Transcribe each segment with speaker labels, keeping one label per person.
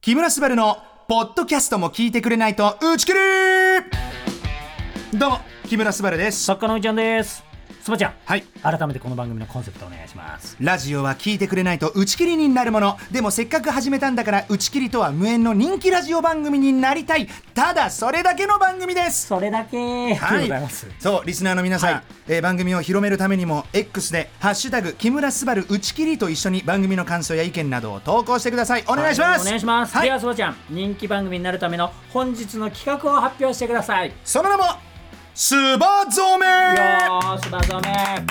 Speaker 1: 木村昴のポッドキャストも聞いてくれないと打ち切りどうも木村昴です
Speaker 2: 作家のうちゃんですすばちゃん
Speaker 1: はい
Speaker 2: 改めてこの番組のコンセプトお願いします
Speaker 1: ラジオは聞いてくれないと打ち切りになるものでもせっかく始めたんだから打ち切りとは無縁の人気ラジオ番組になりたいただそれだけの番組です
Speaker 2: それだけありがとうございます
Speaker 1: そうリスナーの皆さん、
Speaker 2: はい
Speaker 1: えー番組を広めるためにも X で「ハッシュタグ木村昴打ち切り」と一緒に番組の感想や意見などを投稿してくださいお願いします、
Speaker 2: お願いします、
Speaker 1: はい
Speaker 2: ではすばちゃん人気番組になるための本日の企画を発表してくださいよ
Speaker 1: その名もスバ染め
Speaker 2: ーしば染め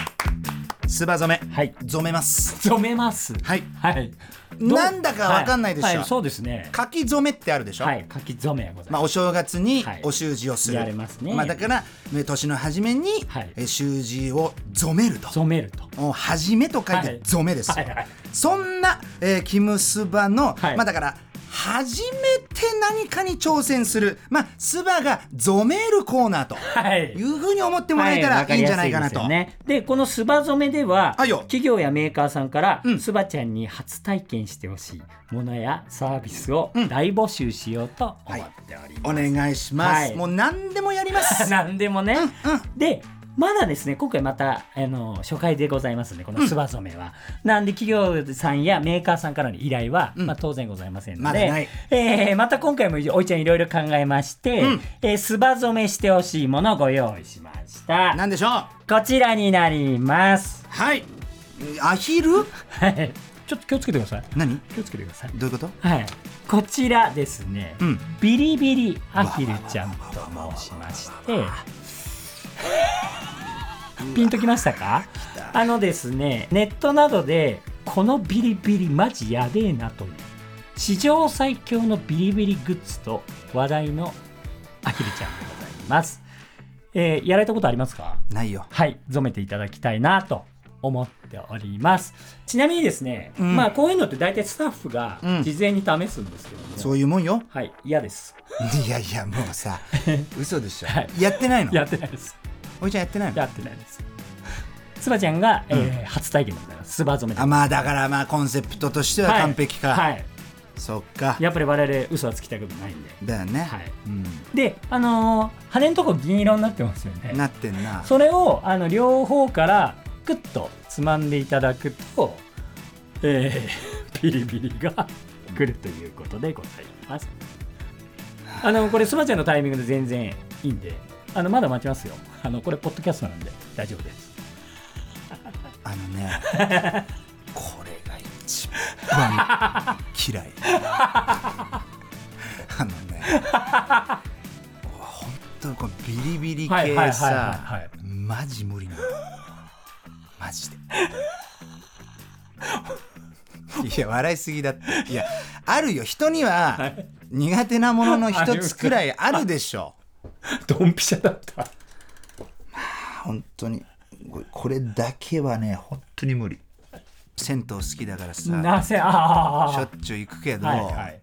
Speaker 1: スバ染め
Speaker 2: はい
Speaker 1: 染めます
Speaker 2: 染めます
Speaker 1: はい
Speaker 2: はいどう
Speaker 1: なんだかわかんないでしょ
Speaker 2: はいはいそうですね
Speaker 1: 書き染めってあるでしょ、
Speaker 2: はい書き染めござい
Speaker 1: ま
Speaker 2: ま
Speaker 1: あ、お正月に
Speaker 2: はい
Speaker 1: お習字をする、
Speaker 2: やりますね
Speaker 1: まあ、だからね年の初めに、
Speaker 2: はい
Speaker 1: えー習字を染めると
Speaker 2: す、染めると
Speaker 1: もう初めと書い
Speaker 2: は
Speaker 1: て
Speaker 2: い
Speaker 1: 染めですよ、
Speaker 2: はいはい
Speaker 1: そんな、えー、キムスバの、
Speaker 2: はい
Speaker 1: まあだから初めて何かに挑戦するまあスバが染めるコーナーと
Speaker 2: はい
Speaker 1: いうふうに思ってもらえたら
Speaker 2: わか
Speaker 1: いい
Speaker 2: り
Speaker 1: んじ
Speaker 2: や
Speaker 1: ゃ
Speaker 2: す
Speaker 1: ないかな
Speaker 2: です
Speaker 1: と、
Speaker 2: よね、でこのスバ染めでは
Speaker 1: はいよ
Speaker 2: 企業やメーカーさんから
Speaker 1: うん
Speaker 2: スバちゃんに初体験してほしいものやサービスを大募集しようと思 っておりま
Speaker 1: お
Speaker 2: す、
Speaker 1: 願いします、
Speaker 2: はい
Speaker 1: もう何でもやりま す
Speaker 2: 何でもね、でまだですね今回またあの初回でございますねこのスバ染めは、なんで企業さんやメーカーさんからの依頼は、
Speaker 1: うん
Speaker 2: まあ、当然ございませんので
Speaker 1: まだない
Speaker 2: えーまた今回もおいちゃんいろいろ考えまして、
Speaker 1: うん
Speaker 2: えースバ染めしてほしいものをご用意しました
Speaker 1: 何でしょう
Speaker 2: こちらになります。
Speaker 1: はいアヒル
Speaker 2: はい。ちょっと気をつけてください。
Speaker 1: 何
Speaker 2: 気をつけてください。
Speaker 1: どういうこと
Speaker 2: はい。こちらですね。
Speaker 1: うん
Speaker 2: ビリビリアヒルちゃんと申しまして。ピンときましたかあのですね、ネットなどで、このビリビリマジやべえなという、史上最強のビリビリグッズと話題のアヒルちゃんでございます。えーやられたことありますか
Speaker 1: ないよ
Speaker 2: はい、染めていただきたいなと思っております。ちなみにですね、
Speaker 1: うん
Speaker 2: まあこういうのって大体スタッフが
Speaker 1: うん
Speaker 2: 事前に試すんですけどね。
Speaker 1: そういうもんよ
Speaker 2: はい、嫌です。
Speaker 1: いやいやもう さ嘘でしょ、
Speaker 2: はい
Speaker 1: やってないの
Speaker 2: やってないです。
Speaker 1: おいちゃんやってないの
Speaker 2: やってないです。つばちゃんが、えー初体験でございます。つば染めで
Speaker 1: あ
Speaker 2: す。
Speaker 1: まあだからまあコンセプトとしては
Speaker 2: はい
Speaker 1: 完璧か、
Speaker 2: はい。
Speaker 1: そっか
Speaker 2: やっぱり我々嘘はつきたくないんで。
Speaker 1: だよね、
Speaker 2: はい
Speaker 1: うん、
Speaker 2: で、あのー羽のとこ銀色になってますよね。
Speaker 1: なってんな
Speaker 2: それをあの両方からクッとつまんでいただくと、えー ビリビリが来るということでございますあのこれスマちゃんのタイミングで全然いいんであのまだ待ちますよあのこれポッドキャストなんで大丈夫です
Speaker 1: あのね これが一番嫌 いあのね本当このビリビリ
Speaker 2: はい
Speaker 1: 系
Speaker 2: はいはいはいは
Speaker 1: さ
Speaker 2: い
Speaker 1: マジ無理なんだマジで いや笑いすぎだっていやあるよ人には苦手なものの一つくらいあるでしょ
Speaker 2: ドンピシャだった
Speaker 1: 本当にこれこれだけはね本当に無理銭湯好きだからさ
Speaker 2: なぜあ
Speaker 1: しょ
Speaker 2: あ
Speaker 1: っちゅう行くけど、
Speaker 2: はいはい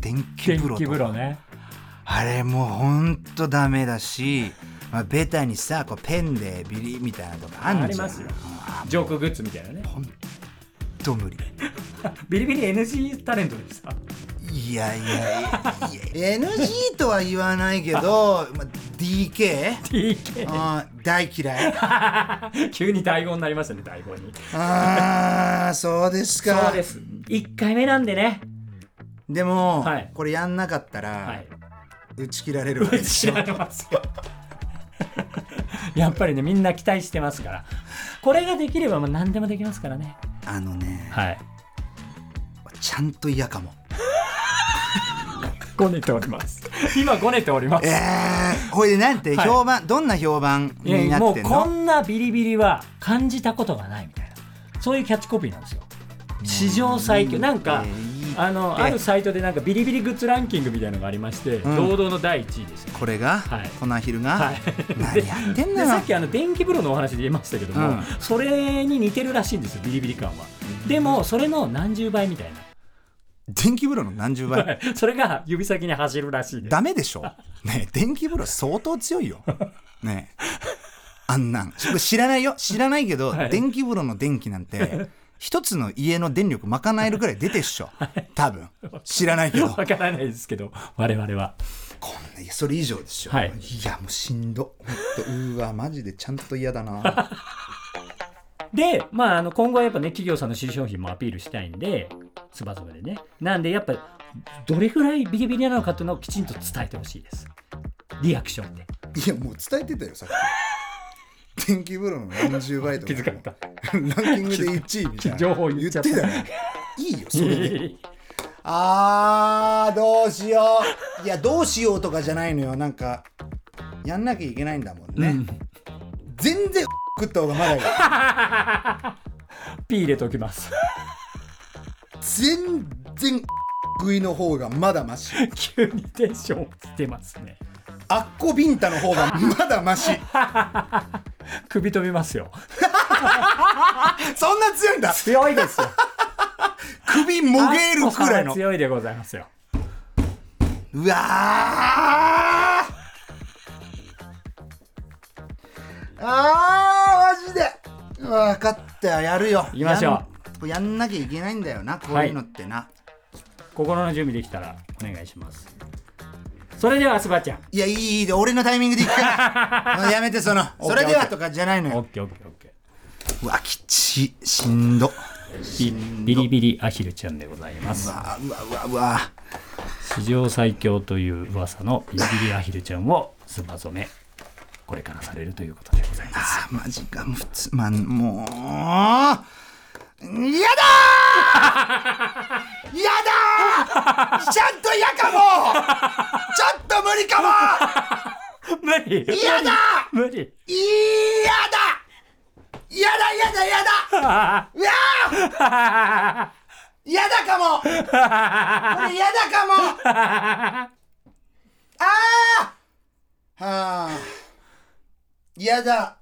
Speaker 1: 電気
Speaker 2: 電
Speaker 1: 風呂
Speaker 2: 気
Speaker 1: と
Speaker 2: 風
Speaker 1: か
Speaker 2: 呂ね
Speaker 1: あれもうほんとダメだし、まあ、ベタにさこうペンでビリみたいなのとかあんじゃん
Speaker 2: ありますよジョークグッズみたいなね
Speaker 1: ほんと無理
Speaker 2: ビリビリ NG タレントで した
Speaker 1: いやいやいや NG とは言わないけど、まあ、DK?
Speaker 2: TK
Speaker 1: あー大嫌い
Speaker 2: 急に大語になりましたね大語に
Speaker 1: ああそうですか
Speaker 2: そうです1回目なんでね
Speaker 1: でも、
Speaker 2: はい
Speaker 1: これやんなかったら、
Speaker 2: はい
Speaker 1: 打ち切られるわけでしょ
Speaker 2: 知られますよやっぱりねみんな期待してますからこれができればもう何でもできますからね
Speaker 1: あのね
Speaker 2: はい
Speaker 1: ちゃんと嫌かも
Speaker 2: ごねております今ごねております
Speaker 1: えー、これでなんて
Speaker 2: はい
Speaker 1: 評判、どんな評判
Speaker 2: い
Speaker 1: にな
Speaker 2: やも
Speaker 1: っ
Speaker 2: う
Speaker 1: てん
Speaker 2: こ
Speaker 1: の
Speaker 2: んなビリビリは感じたことがないみたいなそういうキャッチコピーなんですよ史上最強なんか
Speaker 1: いいって
Speaker 2: あのあるサイトでなんかビリビリグッズランキングみたいなのがありまして、
Speaker 1: ん
Speaker 2: 堂々の第1位でした
Speaker 1: これが、
Speaker 2: はい
Speaker 1: このアヒルが、
Speaker 2: はい
Speaker 1: 何やってんの
Speaker 2: で
Speaker 1: よ
Speaker 2: さっきあの電気風呂のお話で言いましたけども、
Speaker 1: うん
Speaker 2: それに似てるらしいんですよビリビリ感は、でもそれの何十倍みたい
Speaker 1: 電気風呂の何十
Speaker 2: な、
Speaker 1: 倍
Speaker 2: それが指先に走るらしいです
Speaker 1: ダメでしょねえ電気風呂相当強いよねえあんなんこれ知らないよ知らないけど、
Speaker 2: はい
Speaker 1: 電気風呂の電気なんて一つの家の電力賄えるぐらい出てっしょ多分知らないけど
Speaker 2: わからないですけど我々は
Speaker 1: こんないやそれ以上でしょ、
Speaker 2: はい
Speaker 1: い、やもうしんどほんとうーわマジでちゃんと嫌だな
Speaker 2: で、まあ、あの今後はやっぱね企業さんの新商品もアピールしたいんでつばつばでねなんでやっぱどれぐらいビリビリなのかっていうのをきちんと伝えてほしいですリアクションで
Speaker 1: いやもう伝えてたよさっき電気風呂の40倍とか
Speaker 2: 気づかれ た
Speaker 1: ランキングで1位みたいな
Speaker 2: 情報言っちゃった
Speaker 1: 言ってたよいいよそれであーどうしよういやどうしようとかじゃないのよなんかやんなきゃいけないんだもんね、
Speaker 2: うん
Speaker 1: 全然食った方がまだいい
Speaker 2: ピー入れておきます
Speaker 1: 全然食いの方がまだマ シ
Speaker 2: 急にテンション出ますね
Speaker 1: あっこビンタの方がまだマシ
Speaker 2: 首飛びますよ
Speaker 1: そんな強いんだ
Speaker 2: 強いですよ
Speaker 1: 首もげるくらい
Speaker 2: あっこさんは
Speaker 1: の
Speaker 2: 強いでございますよ
Speaker 1: うわーあーマジで分かったやるよ
Speaker 2: 行きましょう
Speaker 1: うやんやんなきゃいけないんだよなこういうのってな、
Speaker 2: 心の準備できたらお願いしますそれではすばちゃん
Speaker 1: いや、いい、いいで、俺のタイミングで行く から。うんやめて、その、それではとかじゃないの
Speaker 2: オ
Speaker 1: よ
Speaker 2: ッ。ケーオッケーオッケー
Speaker 1: うわ、きっち、しんど。
Speaker 2: ビビリビリアヒルちゃんでございます
Speaker 1: あ、うわ、うわ、うわ。
Speaker 2: 史上最強という噂のビリビリアヒルちゃんをスバ染めこれからされるということでございます
Speaker 1: あ、マジか、もう普通、まあ、もう、やだー やだーちゃんと嫌かもちょっと無理かも
Speaker 2: 無理
Speaker 1: 嫌だ
Speaker 2: 無理
Speaker 1: いやだやだやだやだ
Speaker 2: あ
Speaker 1: うわーやだかもこれやだかも
Speaker 2: あ
Speaker 1: ああはあやだ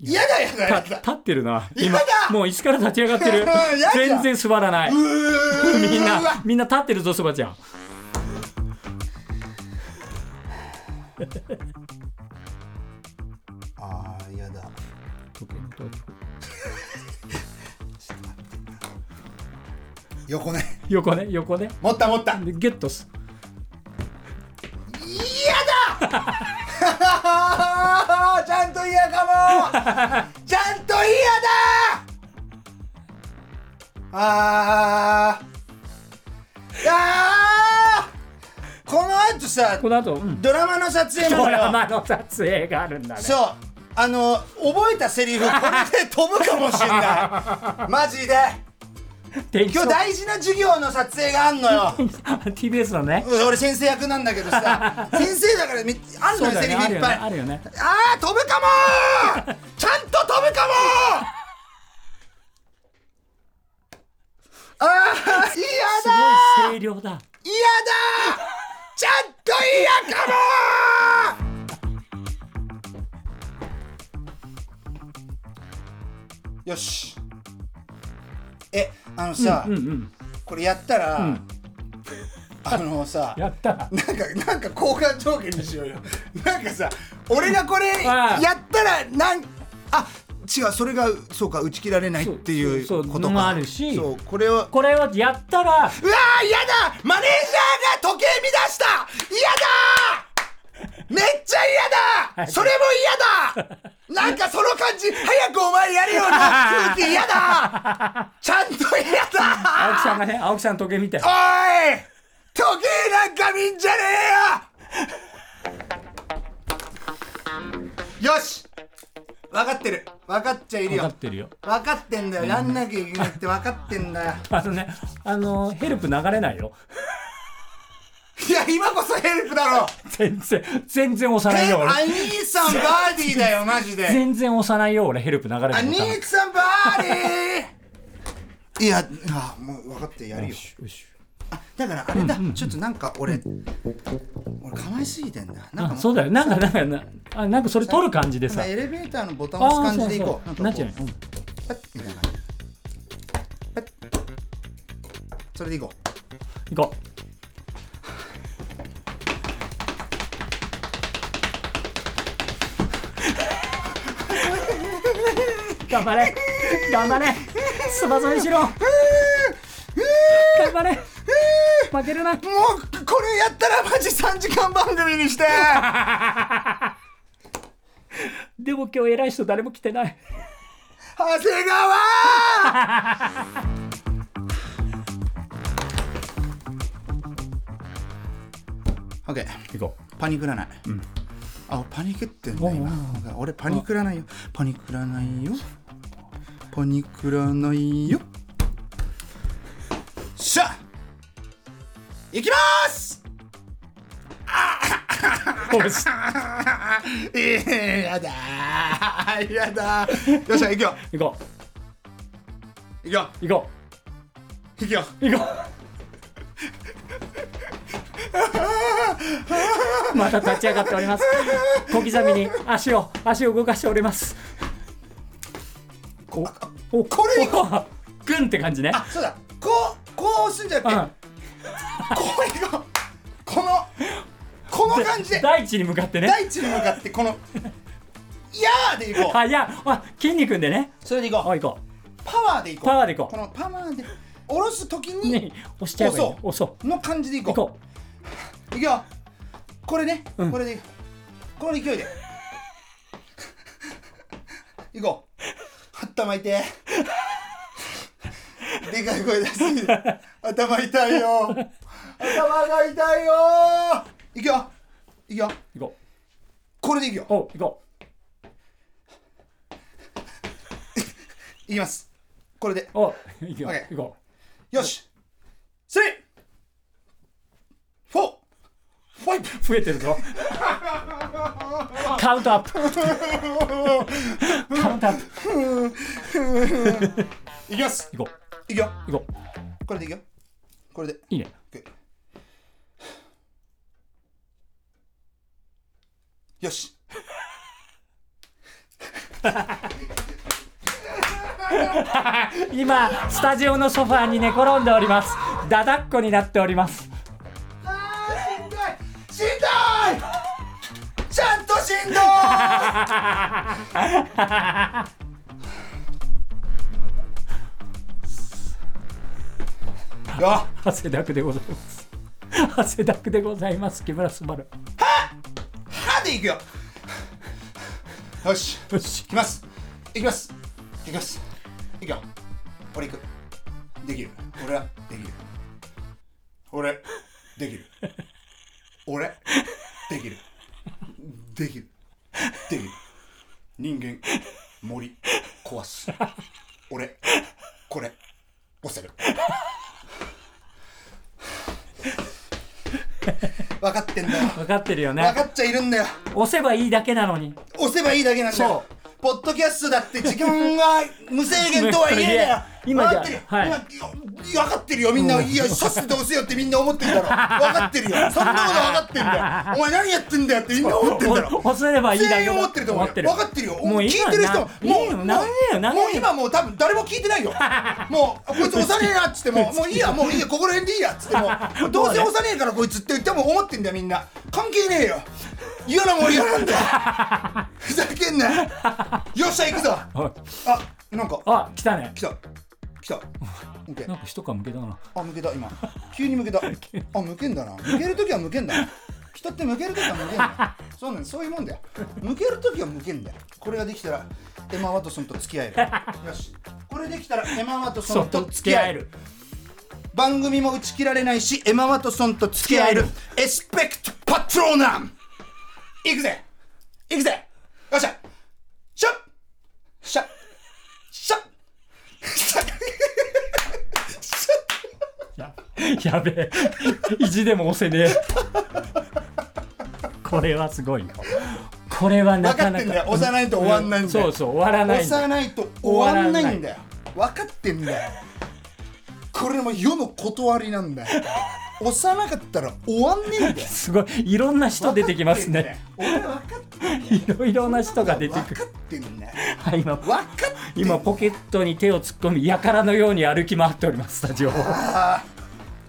Speaker 1: やだやだや
Speaker 2: 立
Speaker 1: だ
Speaker 2: 立ってるな
Speaker 1: 嫌
Speaker 2: 今
Speaker 1: だ
Speaker 2: もう椅子から立ち上がってる
Speaker 1: 嫌だ
Speaker 2: 全然座らないう
Speaker 1: ー
Speaker 2: みん
Speaker 1: う
Speaker 2: な
Speaker 1: わ
Speaker 2: みんな立ってるぞスバちゃん
Speaker 1: あーやだ横ね
Speaker 2: 横ね横ね
Speaker 1: 持った持ったや
Speaker 2: でギュッとす
Speaker 1: だ ちゃんと嫌かもちゃんと嫌だあーあーこの後さ
Speaker 2: この後、うん、
Speaker 1: ドラマの撮影な
Speaker 2: ド
Speaker 1: のよ
Speaker 2: ラマの撮影があるんだね
Speaker 1: そうあの覚えたセリフこれで飛ぶかもしん ないマジで
Speaker 2: 天気
Speaker 1: 今日
Speaker 2: 予報
Speaker 1: 大事な授業の撮影があんのよ
Speaker 2: TBS のね
Speaker 1: 俺先生役なんだけどさ先生だからみあんの
Speaker 2: そう
Speaker 1: よ
Speaker 2: だ
Speaker 1: セ
Speaker 2: よね
Speaker 1: リフい
Speaker 2: ある
Speaker 1: っ
Speaker 2: よ
Speaker 1: ぱ
Speaker 2: ね
Speaker 1: いあ
Speaker 2: あるよね
Speaker 1: あー飛ぶかもーちゃんと飛ぶかもーあー嫌
Speaker 2: す
Speaker 1: だ
Speaker 2: ごい声量だ
Speaker 1: 嫌だーちゃんと嫌かもーよしえあのさ、
Speaker 2: うんうん
Speaker 1: これやったら、
Speaker 2: ん
Speaker 1: あのさ
Speaker 2: やったら
Speaker 1: なんかなんか交換条件にしようよ なんかさ俺がこれ
Speaker 2: あ
Speaker 1: や
Speaker 2: あ
Speaker 1: ったらなんあ違うそれがそうか打ち切られないっていう
Speaker 2: そ
Speaker 1: こ
Speaker 2: う
Speaker 1: と
Speaker 2: そう
Speaker 1: か
Speaker 2: のもあるし
Speaker 1: そうこれを
Speaker 2: これをやったら
Speaker 1: うわーやだマネージャーが時計乱したやだーめっちゃ嫌だそれも嫌だなんかその感じ早くお前やれ よな空気嫌だちゃんと嫌だ
Speaker 2: 青木さんがね青木さんの時計見て
Speaker 1: おい時計なんか見んじゃねえよよし分かってる分かっちゃいる
Speaker 2: 分か
Speaker 1: よ
Speaker 2: ってるよ
Speaker 1: 分かってんだよやんなきゃいけないって分かってんだよ
Speaker 2: あのねあのヘルプ流れないよ
Speaker 1: いや今こそヘルプだろう
Speaker 2: 全然全然押さないよ
Speaker 1: え
Speaker 2: 俺
Speaker 1: 兄さんバーディーだよマジで
Speaker 2: 全然押さないよ俺ヘルプ流れない
Speaker 1: 兄
Speaker 2: よよ
Speaker 1: さんバーディーいやあもう分かってやるよ
Speaker 2: しよし
Speaker 1: あだからあれだ、ちょっとなんか俺俺構えすぎてんだなんか
Speaker 2: あ
Speaker 1: もう
Speaker 2: そうだよなんかなんかなあなんかそれ取る感じで
Speaker 1: なん
Speaker 2: さ
Speaker 1: かエレベーターのボタン
Speaker 2: あ
Speaker 1: 押
Speaker 2: あ
Speaker 1: す
Speaker 2: そ
Speaker 1: 感
Speaker 2: う
Speaker 1: じでい
Speaker 2: そ
Speaker 1: こう
Speaker 2: うなんちゃう
Speaker 1: こ
Speaker 2: ようん
Speaker 1: うパッみたいな感じパッそれでいこう
Speaker 2: 行こう。頑張れ。頑張れ翼にしろ頑張れ負けるな
Speaker 1: もうこれやったらマジ3時間番組にして
Speaker 2: でも今日偉い人誰も来てない
Speaker 1: 長谷川 オッケー
Speaker 2: 行こ
Speaker 1: パニクらない、あパニクってんだ今俺パニクらないよパニクらないよパニクらないよしゃ行きます
Speaker 2: うよし
Speaker 1: いややだーやだーよっしゃ行くよ
Speaker 2: 行こ
Speaker 1: 行くよ
Speaker 2: う行こ
Speaker 1: 行くよ
Speaker 2: う行こうまた立ち上がっております小刻みに足を足を動かしておりますこお
Speaker 1: これ
Speaker 2: こグンって感じね
Speaker 1: あそうだこうこう押すんじゃ
Speaker 2: う
Speaker 1: なく
Speaker 2: ん
Speaker 1: てこう行こうこのこの感じで
Speaker 2: 大地に向かってね
Speaker 1: 大地に向かってこの「やー」で行こう
Speaker 2: あいやあ筋肉でね
Speaker 1: それで行こう
Speaker 2: あいこ
Speaker 1: パワーでいこう
Speaker 2: パワーでいこう
Speaker 1: このパワーで下ろす時
Speaker 2: うね
Speaker 1: に
Speaker 2: 押しちゃえばいいね押そう
Speaker 1: の感じでいこ
Speaker 2: 行
Speaker 1: う
Speaker 2: こ
Speaker 1: いくよこれね、
Speaker 2: うん
Speaker 1: これでこの勢 いでいこう頭痛いでかい声出す頭痛いよ頭が痛いよいくよいくよ
Speaker 2: う行こう
Speaker 1: これでいくよ
Speaker 2: おう行こ
Speaker 1: いきますこれで
Speaker 2: うおう行くよ
Speaker 1: オッケー
Speaker 2: 行こ
Speaker 1: よしスリーフォーファイブ
Speaker 2: う増えてるぞ カウントアッ プカウントアップ
Speaker 1: いきます
Speaker 2: 行こ
Speaker 1: いくよ
Speaker 2: う行こう
Speaker 1: これでいくよこれで
Speaker 2: いいね
Speaker 1: よし
Speaker 2: 今スタジオのソファーに寝転んでおりますだだっこになっております
Speaker 1: あーしんどいしんどいちゃんとしんどいよ
Speaker 2: 汗だくでございます汗だくでございます木村昴
Speaker 1: 歯でいくよよし
Speaker 2: よし
Speaker 1: いきますいきますいきますいくよ俺行くできる俺はできる俺できる俺できるできるできる人間森壊す俺これ押せる分かってんだよ
Speaker 2: 分かってるよね
Speaker 1: 分かっちゃいるんだよ
Speaker 2: 押せばいいだけなのに
Speaker 1: 押せばいいだけなんだよポッドキャストだって時間 は無制限とはいえだよ
Speaker 2: 今じゃ
Speaker 1: 分かってるよ、
Speaker 2: はい
Speaker 1: 今いや分かってるよみんな、いやさっせと押せよってみんな思ってんだろ分かってるよそんなこと分かってんだよお前何やってんだよってみんな思ってんだろ
Speaker 2: お押せればいいだけだ
Speaker 1: 全員思ってると思うよ
Speaker 2: 思ってる
Speaker 1: 分かってるよ
Speaker 2: もう
Speaker 1: 聞い
Speaker 2: 今
Speaker 1: てる人も
Speaker 2: ないいよ
Speaker 1: もう
Speaker 2: 長えよ
Speaker 1: もう
Speaker 2: 長えよ
Speaker 1: もう今もう多分誰も聞いて ないよもうあこいつ押さねえなっつってももういいやもういいやここら辺でいいやっつっても うどうせ押さねえからこいつって多分思ってんだよみんな関係ねえよ嫌なもん嫌なん だよふざけんなよよっしゃ行くぞ
Speaker 2: おい
Speaker 1: あなんか
Speaker 2: あ来たね
Speaker 1: 来た来た OK
Speaker 2: なんか一皮むけたな
Speaker 1: あ向けた今急に向けたあ向けんだな向けるときは向けんだな人って向けるときは向けんだよそうなんそういうもんだよ向けるときは向けんだよこれができたらエマ・ワトソンと付き合えるよしこれできたらエマ・ワトソンと付き合える番組も打ち切られないしエマ・ワトソンと付き合えるエスペクト・パトローナムいくぜいくぜよっしゃシャッシャッシャッシャッ
Speaker 2: や やべえ意地でも押せねえこれはすごいよこれはな
Speaker 1: 分か
Speaker 2: か
Speaker 1: っ
Speaker 2: な
Speaker 1: てんだよ
Speaker 2: か
Speaker 1: 押さないと終わんないんだよ、
Speaker 2: そうそう終わらない
Speaker 1: 押
Speaker 2: んだ
Speaker 1: さないと終わんないんだよ分かってんだよこれも世の断りなんだよ押さなかったら終わんねえんだよ
Speaker 2: すごいいろんな人出てきますね
Speaker 1: 分かってんだよ
Speaker 2: いろいろな人が
Speaker 1: 俺
Speaker 2: 出
Speaker 1: は
Speaker 2: て
Speaker 1: 分
Speaker 2: く
Speaker 1: か
Speaker 2: る
Speaker 1: ってんだよ
Speaker 2: はい今
Speaker 1: 分かってんだよ
Speaker 2: 今ポケットに手を突っ込みやからのように歩き回っておりますスタジオを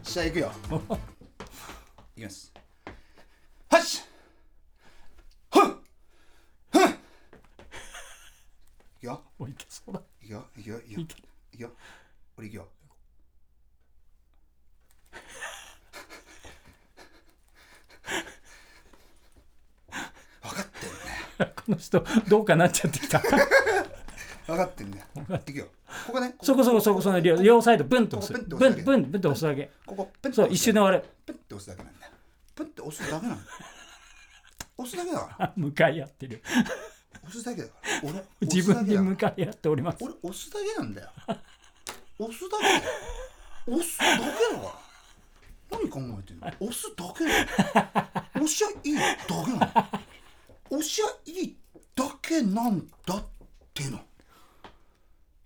Speaker 1: じゃあ行くよいきますはっしふっふっいくよ
Speaker 2: おいけそうだ
Speaker 1: いいくよいくよいくよ
Speaker 2: いけ
Speaker 1: いくよ俺いくよ分かってんだよ
Speaker 2: この人どうかなっちゃってきた
Speaker 1: 分かってんだよいくよここね
Speaker 2: そこそこそこその両両サイドブンと押す
Speaker 1: ここ
Speaker 2: ブ
Speaker 1: ペン
Speaker 2: ン
Speaker 1: って押すだけ
Speaker 2: ブンブンと押すだけ
Speaker 1: ここペンって
Speaker 2: そう
Speaker 1: 押
Speaker 2: 一
Speaker 1: す
Speaker 2: 瞬で終わる
Speaker 1: ペンって押すだけなんだよペンって押すだけなんだよ押すだけだから
Speaker 2: あ向かい合ってる
Speaker 1: 押すだけだから俺押
Speaker 2: 自
Speaker 1: すだ
Speaker 2: 分
Speaker 1: け
Speaker 2: に
Speaker 1: だから
Speaker 2: 向かい合っております
Speaker 1: 俺押すだけなんだよ 押すだけだよ押すだけだから何考えてんの押すだけだよ押しゃいいだけなの押しゃいいだけなんだっての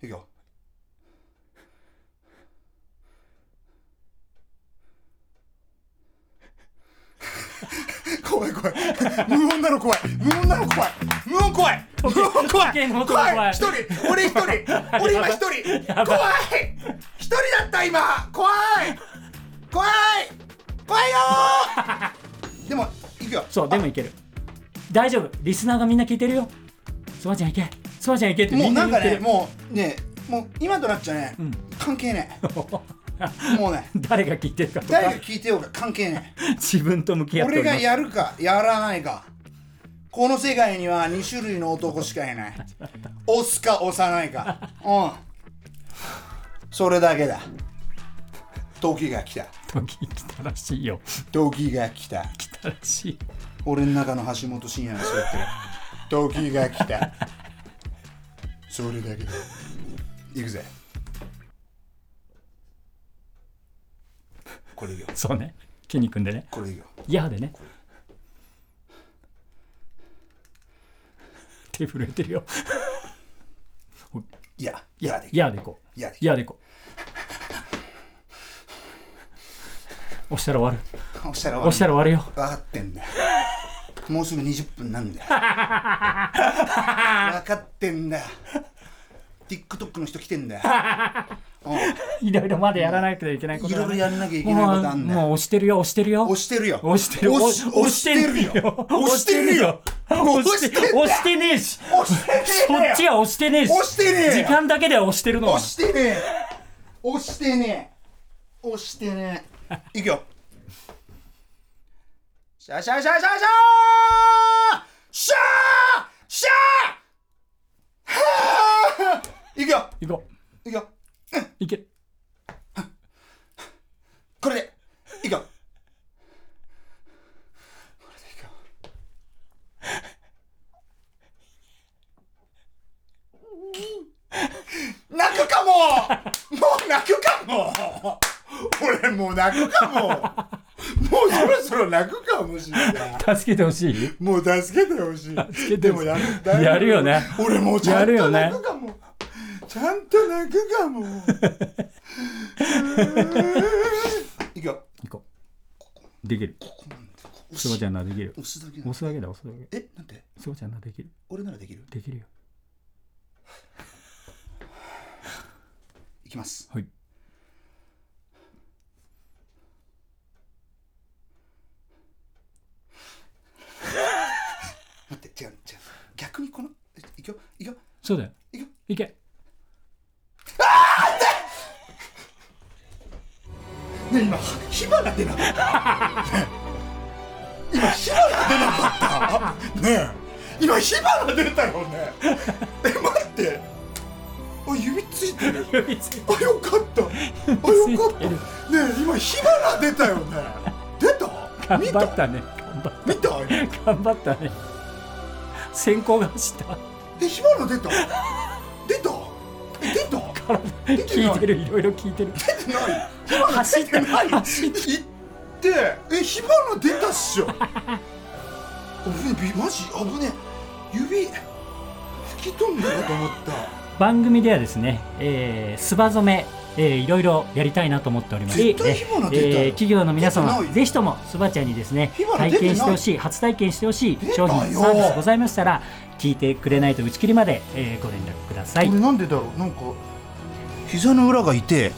Speaker 1: いくよ 怖い怖い無音なの怖い無音なの怖い無音怖い無音怖
Speaker 2: 時計
Speaker 1: い
Speaker 2: の音が怖
Speaker 1: 怖
Speaker 2: い
Speaker 1: い一 人俺一人俺今一人怖い一人だった今怖い怖い怖いよ ーでもいくよ
Speaker 2: そうでもいける大丈夫リスナーがみんな聞いてるよそばちゃんいけそばちゃんいけって
Speaker 1: も
Speaker 2: み
Speaker 1: うん
Speaker 2: な
Speaker 1: なんか
Speaker 2: 言って
Speaker 1: ね
Speaker 2: る
Speaker 1: もうねもう今となっちゃね、
Speaker 2: ん
Speaker 1: 関係ねえもうね
Speaker 2: 誰が聞いてるかとか
Speaker 1: 誰が聞いてようが関係ね
Speaker 2: 自分と向き
Speaker 1: え
Speaker 2: 合ってお
Speaker 1: 俺
Speaker 2: りま
Speaker 1: が
Speaker 2: す
Speaker 1: やるかやらないかこの世界には2種類の男しかい ない押すか押さないかうんそれだけだ時が来た
Speaker 2: 時来たらしいよ
Speaker 1: 時が来た
Speaker 2: 来たらしい
Speaker 1: 俺の中の橋本真也がそう言ってる時が来たそれだけだ行くぜこれいいよ
Speaker 2: そうね筋肉んでね
Speaker 1: これいいよ
Speaker 2: ヤーでね手震えてるよ
Speaker 1: いやいやでいや
Speaker 2: ヤーでいこう
Speaker 1: いやで
Speaker 2: ヤーでいこう押したら終わる
Speaker 1: 押したら
Speaker 2: 押した
Speaker 1: ら
Speaker 2: ら終わるよ
Speaker 1: 分かってんだよもうすぐ20分なんだよ分かってんだよ TikTok の人来てん だよう
Speaker 2: いろいろまだやらなきゃいけない
Speaker 1: ん
Speaker 2: こ
Speaker 1: い
Speaker 2: と
Speaker 1: ろいろや
Speaker 2: る
Speaker 1: んなきゃいけないことあんだよ
Speaker 2: もう押してるよ押してるよ
Speaker 1: 押してるよ
Speaker 2: 押してる
Speaker 1: 押し押してるよ押してるよ
Speaker 2: 押
Speaker 1: 押
Speaker 2: し
Speaker 1: しててんだよ
Speaker 2: 押してねえし
Speaker 1: 押してねえ
Speaker 2: そ
Speaker 1: よ
Speaker 2: っちは押してねえし
Speaker 1: 押してねえよ
Speaker 2: 時間だけでは押してるの
Speaker 1: 押してねえ押してねえ押してねえいくよシャシャシャシャシャーシャーシャーはーいくよ
Speaker 2: 行こ
Speaker 1: いくよ
Speaker 2: う行け
Speaker 1: これでいくよこれでいくよ泣くかももう泣くかも俺もう泣くかももうそろそろ泣くかもしれない
Speaker 2: 助けてほしい
Speaker 1: もう助けてほしい
Speaker 2: けてほしい
Speaker 1: でもやる
Speaker 2: やるよね
Speaker 1: 俺もうちゃ
Speaker 2: や
Speaker 1: ん
Speaker 2: るよ
Speaker 1: と
Speaker 2: ね
Speaker 1: 泣くかも、ちゃんと泣くか もうーんいくよ
Speaker 2: 行こうできる
Speaker 1: ここなんだここ
Speaker 2: そばちゃんならできる
Speaker 1: 押すだけな
Speaker 2: 押
Speaker 1: の
Speaker 2: すだけだ押すだけ
Speaker 1: えなんて
Speaker 2: そばちゃんならできる
Speaker 1: 俺ならできる
Speaker 2: できるよ
Speaker 1: いきます
Speaker 2: はい
Speaker 1: 待って違う違う逆にこのえいくよいくよ
Speaker 2: そうだよ
Speaker 1: いくよ
Speaker 2: 行け
Speaker 1: ねえ今火花出なかった 今火花出なかったねえ今火花出たよねえ待ってあ指ついてるあよかったあよかったねえ今火花出たよね出た
Speaker 2: 頑
Speaker 1: 見
Speaker 2: 張ったたね頑張っ
Speaker 1: 見た今
Speaker 2: た頑張ったね先行が走った
Speaker 1: え火花出た出たえ出た出てない
Speaker 2: 聞いてるいろいろ聞いてる
Speaker 1: 出てない火花出てない
Speaker 2: 走
Speaker 1: 行ってえ火花出たっしょ危ねびマジ危ね指吹き飛んだかと思った
Speaker 2: 番組ではですね、えー、スバ染め、えー、いろいろやりたいなと思っておりますし、
Speaker 1: 絶対火花出たよ
Speaker 2: えー企業の皆
Speaker 1: 出て
Speaker 2: 様
Speaker 1: ないよ
Speaker 2: ぜひともスバちゃんにですね
Speaker 1: 火花出
Speaker 2: 体
Speaker 1: てない
Speaker 2: 験してほしい初体験してほしい
Speaker 1: 出たよ
Speaker 2: 商品サービスございましたら聞いてくれないと打ち切りまで、えー、ご連絡ください
Speaker 1: 俺なんでだろうなんか膝の裏が痛え